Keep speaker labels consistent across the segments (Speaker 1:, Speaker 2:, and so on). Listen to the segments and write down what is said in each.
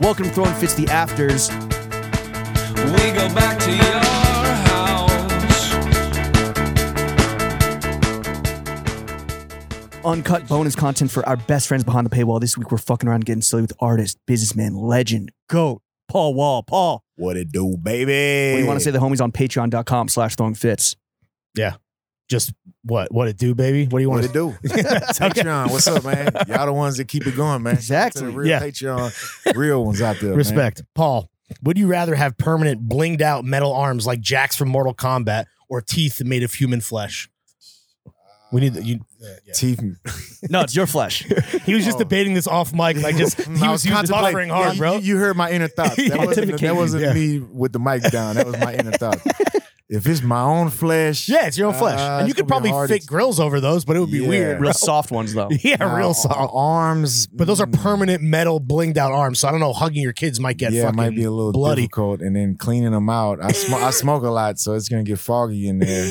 Speaker 1: Welcome to Throwing Fits the Afters.
Speaker 2: We go back to your house.
Speaker 1: Uncut bonus content for our best friends behind the paywall. This week we're fucking around getting silly with artist, businessman, legend, goat, Paul Wall. Paul,
Speaker 3: What it do, baby?
Speaker 1: we want to say the homies on patreon.com slash throwing fits.
Speaker 4: Just what? What it do, baby? What do you
Speaker 3: What
Speaker 4: want
Speaker 3: it do?
Speaker 4: to okay.
Speaker 3: Patreon, what's up, man? Y'all the ones that keep it going, man. Shout out to
Speaker 1: Exactly.
Speaker 3: the real
Speaker 4: Yeah.
Speaker 3: Patreon, real ones out there. man.
Speaker 4: Respect, Paul. Would you rather have permanent blinged out metal arms like Jax from Mortal Kombat, or teeth made of human flesh? We need the, you.
Speaker 3: Teeth.
Speaker 1: No, it's your flesh.
Speaker 4: He was just
Speaker 3: Uh, Oh.
Speaker 4: debating this off mic, like just he
Speaker 3: I
Speaker 4: was, he was
Speaker 3: contemplating-
Speaker 4: buffering hard,
Speaker 3: you,
Speaker 4: bro.
Speaker 3: You, you heard my inner thoughts. That wasn't, that
Speaker 1: Pontificating.
Speaker 3: wasn't
Speaker 4: Yeah.
Speaker 3: me with the mic down. That was my inner thought. If it's my own flesh,
Speaker 4: yeah, it's your own flesh,
Speaker 3: Uh,
Speaker 4: and you
Speaker 3: it's
Speaker 4: could
Speaker 3: gonna be
Speaker 4: probably
Speaker 3: hard.
Speaker 4: fit grills over those, but it would be
Speaker 3: Yeah.
Speaker 4: weird.
Speaker 1: Real
Speaker 4: bro.
Speaker 1: soft ones though.
Speaker 4: yeah,
Speaker 3: now,
Speaker 4: real
Speaker 3: our
Speaker 4: soft.
Speaker 3: arms.
Speaker 4: But those are
Speaker 3: mm,
Speaker 4: permanent metal blinged out arms, so I don't know. Hugging your kids might get
Speaker 3: yeah, it
Speaker 4: fucking
Speaker 3: might be a little
Speaker 4: bloody.
Speaker 3: difficult, and then cleaning them out. I, sm- I smoke a lot, so it's gonna get foggy in there.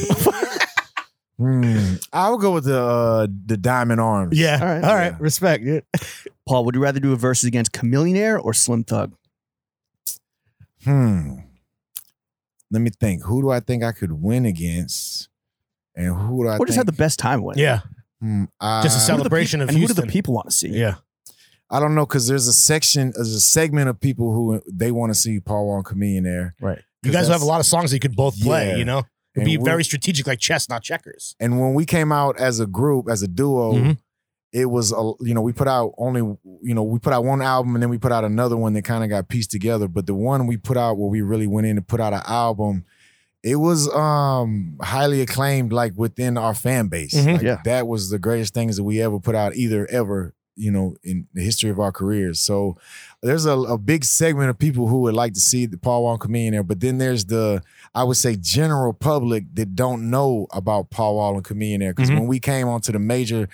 Speaker 3: Hmm. I would go with the uh, the diamond arms.
Speaker 4: Yeah, all
Speaker 1: All right.
Speaker 4: right,
Speaker 3: Yeah.
Speaker 4: respect. dude.
Speaker 1: Paul, would you rather do a versus against Chameleonaire or Slim Thug?
Speaker 3: Hmm. Let me think. Who do I think I could win against? And who do I
Speaker 1: Or
Speaker 3: think?
Speaker 1: just have the best time with?
Speaker 4: Yeah,
Speaker 3: Hmm, I,
Speaker 4: just a
Speaker 1: Who do the
Speaker 4: celebration
Speaker 1: peop-
Speaker 4: of
Speaker 1: And who do the
Speaker 4: Houston.
Speaker 1: people want to see?
Speaker 4: yeah.
Speaker 3: I don't know because there's a section, there's a segment of people who they want to see Paul Wall comedian there.
Speaker 1: Right.
Speaker 4: You guys have a lot of songs that you could both play.
Speaker 3: Yeah.
Speaker 4: You know,
Speaker 3: And
Speaker 4: it'd be
Speaker 3: we-
Speaker 4: very strategic, like chess, not checkers.
Speaker 3: And when we came out as a group, as a duo,
Speaker 4: Mhm.
Speaker 3: it was a, you know we put out only you know we put out one album and then we put out another one that kind of got pieced together. But the one we put out where we really went in to put out an album, it was um highly acclaimed like within our fan base.
Speaker 4: Mhm.
Speaker 3: Like,
Speaker 1: Yeah.
Speaker 3: that was the greatest things that we ever put out either ever you know in the history of our careers. So there's a, a big segment of people who would like to see the Paul Wall comedian there, but then there's the I would say general public that don't know about Paul Wall and Chameleon Air. Because
Speaker 4: Mhm.
Speaker 3: when we came onto the major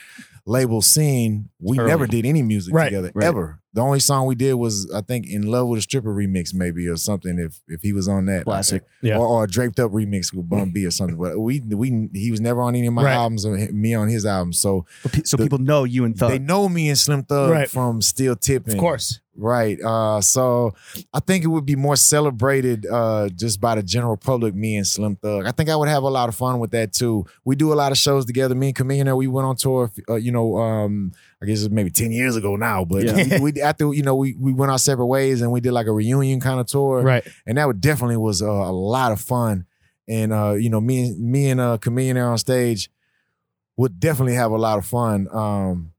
Speaker 3: label scene, we
Speaker 1: Early.
Speaker 3: never did any music
Speaker 4: Right,
Speaker 3: together
Speaker 1: right.
Speaker 3: ever. The only song we did was I think "In Love with a Stripper" remix, maybe or something. If if he was on that
Speaker 1: Classic.
Speaker 4: Yeah.
Speaker 3: or, or a draped up remix with Bum B or something. But we we he was never on any of my
Speaker 4: Right.
Speaker 3: albums or me on his album. So
Speaker 1: But pe- So
Speaker 3: The-
Speaker 1: people know you and Thug.
Speaker 3: they know me and Slim Thug
Speaker 4: Right.
Speaker 3: from Still Tipping,
Speaker 4: Of course.
Speaker 3: Right. Uh, so I think it would be more celebrated uh, just by the general public, me and Slim Thug. I think I would have a lot of fun with that too. We do a lot of shows together. Me and Chameleon, we went on tour, uh, you know, um, I guess it's maybe 10 years ago now, but
Speaker 1: Yeah.
Speaker 3: we, we- after, you know, we, we went our separate ways and we did like a reunion kind of tour.
Speaker 4: Right.
Speaker 3: And that would definitely was uh, a lot of fun. And, uh, you know, me, and me and uh, Chameleon there on stage would definitely have a lot of fun. Um,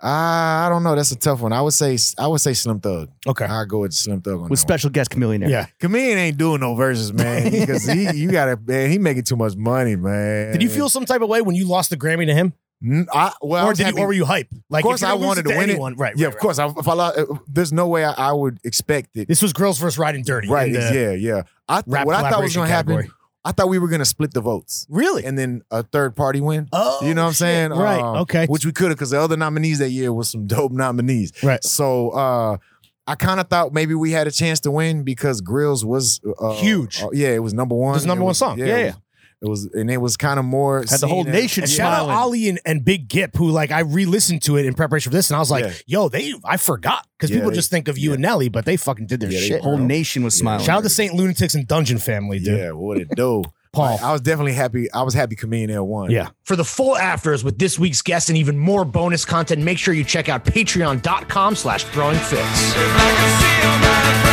Speaker 3: I, I don't know. That's a tough one. I would say I would say Slim Thug.
Speaker 4: Okay.
Speaker 3: I go with Slim Thug on
Speaker 1: with
Speaker 3: that one.
Speaker 1: special guest Chameleonaire.
Speaker 4: Yeah.
Speaker 3: Comedian ain't doing no verses, man. Because he, you gotta, man, he making too much money, man.
Speaker 4: Did you feel some type of way when you lost the Grammy to him,
Speaker 3: N- I, well, I
Speaker 4: or
Speaker 3: was
Speaker 4: did you,
Speaker 3: happy-
Speaker 4: or were you hype? Like,
Speaker 3: course
Speaker 4: if
Speaker 3: I
Speaker 4: you're gonna lose
Speaker 3: wanted to win it.
Speaker 4: anyone, right?
Speaker 3: yeah, of
Speaker 4: right, right.
Speaker 3: course. I, if I, lo- uh, there's no way I, I would expect it.
Speaker 4: This was girls versus riding dirty,
Speaker 3: right?
Speaker 4: in the
Speaker 3: yeah, yeah. I th-
Speaker 4: Rap
Speaker 3: what I thought was
Speaker 4: collaboration
Speaker 3: gonna
Speaker 4: category.
Speaker 3: happen. I thought we were gonna split the votes,
Speaker 4: Really?
Speaker 3: and then a third party win.
Speaker 4: Oh,
Speaker 3: you know what I'm
Speaker 4: shit.
Speaker 3: saying?
Speaker 4: Right.
Speaker 3: Um,
Speaker 4: okay.
Speaker 3: Which we could have, because the other nominees that year was some dope nominees.
Speaker 4: Right.
Speaker 3: So uh I kind of thought maybe we had a chance to win because Grills was uh,
Speaker 4: Huge.
Speaker 3: uh, yeah, it was number one.
Speaker 4: It was number one
Speaker 3: was-
Speaker 4: song. Yeah,
Speaker 3: it
Speaker 4: yeah.
Speaker 3: was- It was, and it was kind of more
Speaker 1: Had the
Speaker 3: seen
Speaker 1: whole
Speaker 3: as-
Speaker 1: nation
Speaker 4: And shout out
Speaker 1: smiling.
Speaker 4: Ollie and, and Big Gip, who like I re-listened to it in preparation for this, and I was like,
Speaker 3: Yeah.
Speaker 4: "Yo, they I forgot because
Speaker 3: Yeah,
Speaker 4: people
Speaker 3: they-
Speaker 4: just think of you
Speaker 3: yeah.
Speaker 4: and Nelly, but they fucking did their
Speaker 3: Yeah, they-
Speaker 4: shit."
Speaker 1: Whole
Speaker 3: Bro.
Speaker 1: nation was
Speaker 3: Yeah.
Speaker 1: smiling.
Speaker 4: Shout out to Saint Lunatics and Dungeon Family, dude.
Speaker 3: Yeah, what it do,
Speaker 4: Paul.
Speaker 3: I was definitely happy. I was happy Chameleon Air won.
Speaker 4: Yeah.
Speaker 5: For the full afters with this week's guests and even more bonus content, make sure you check out patreon.com slash throwing fits.
Speaker 2: If I could see your mind.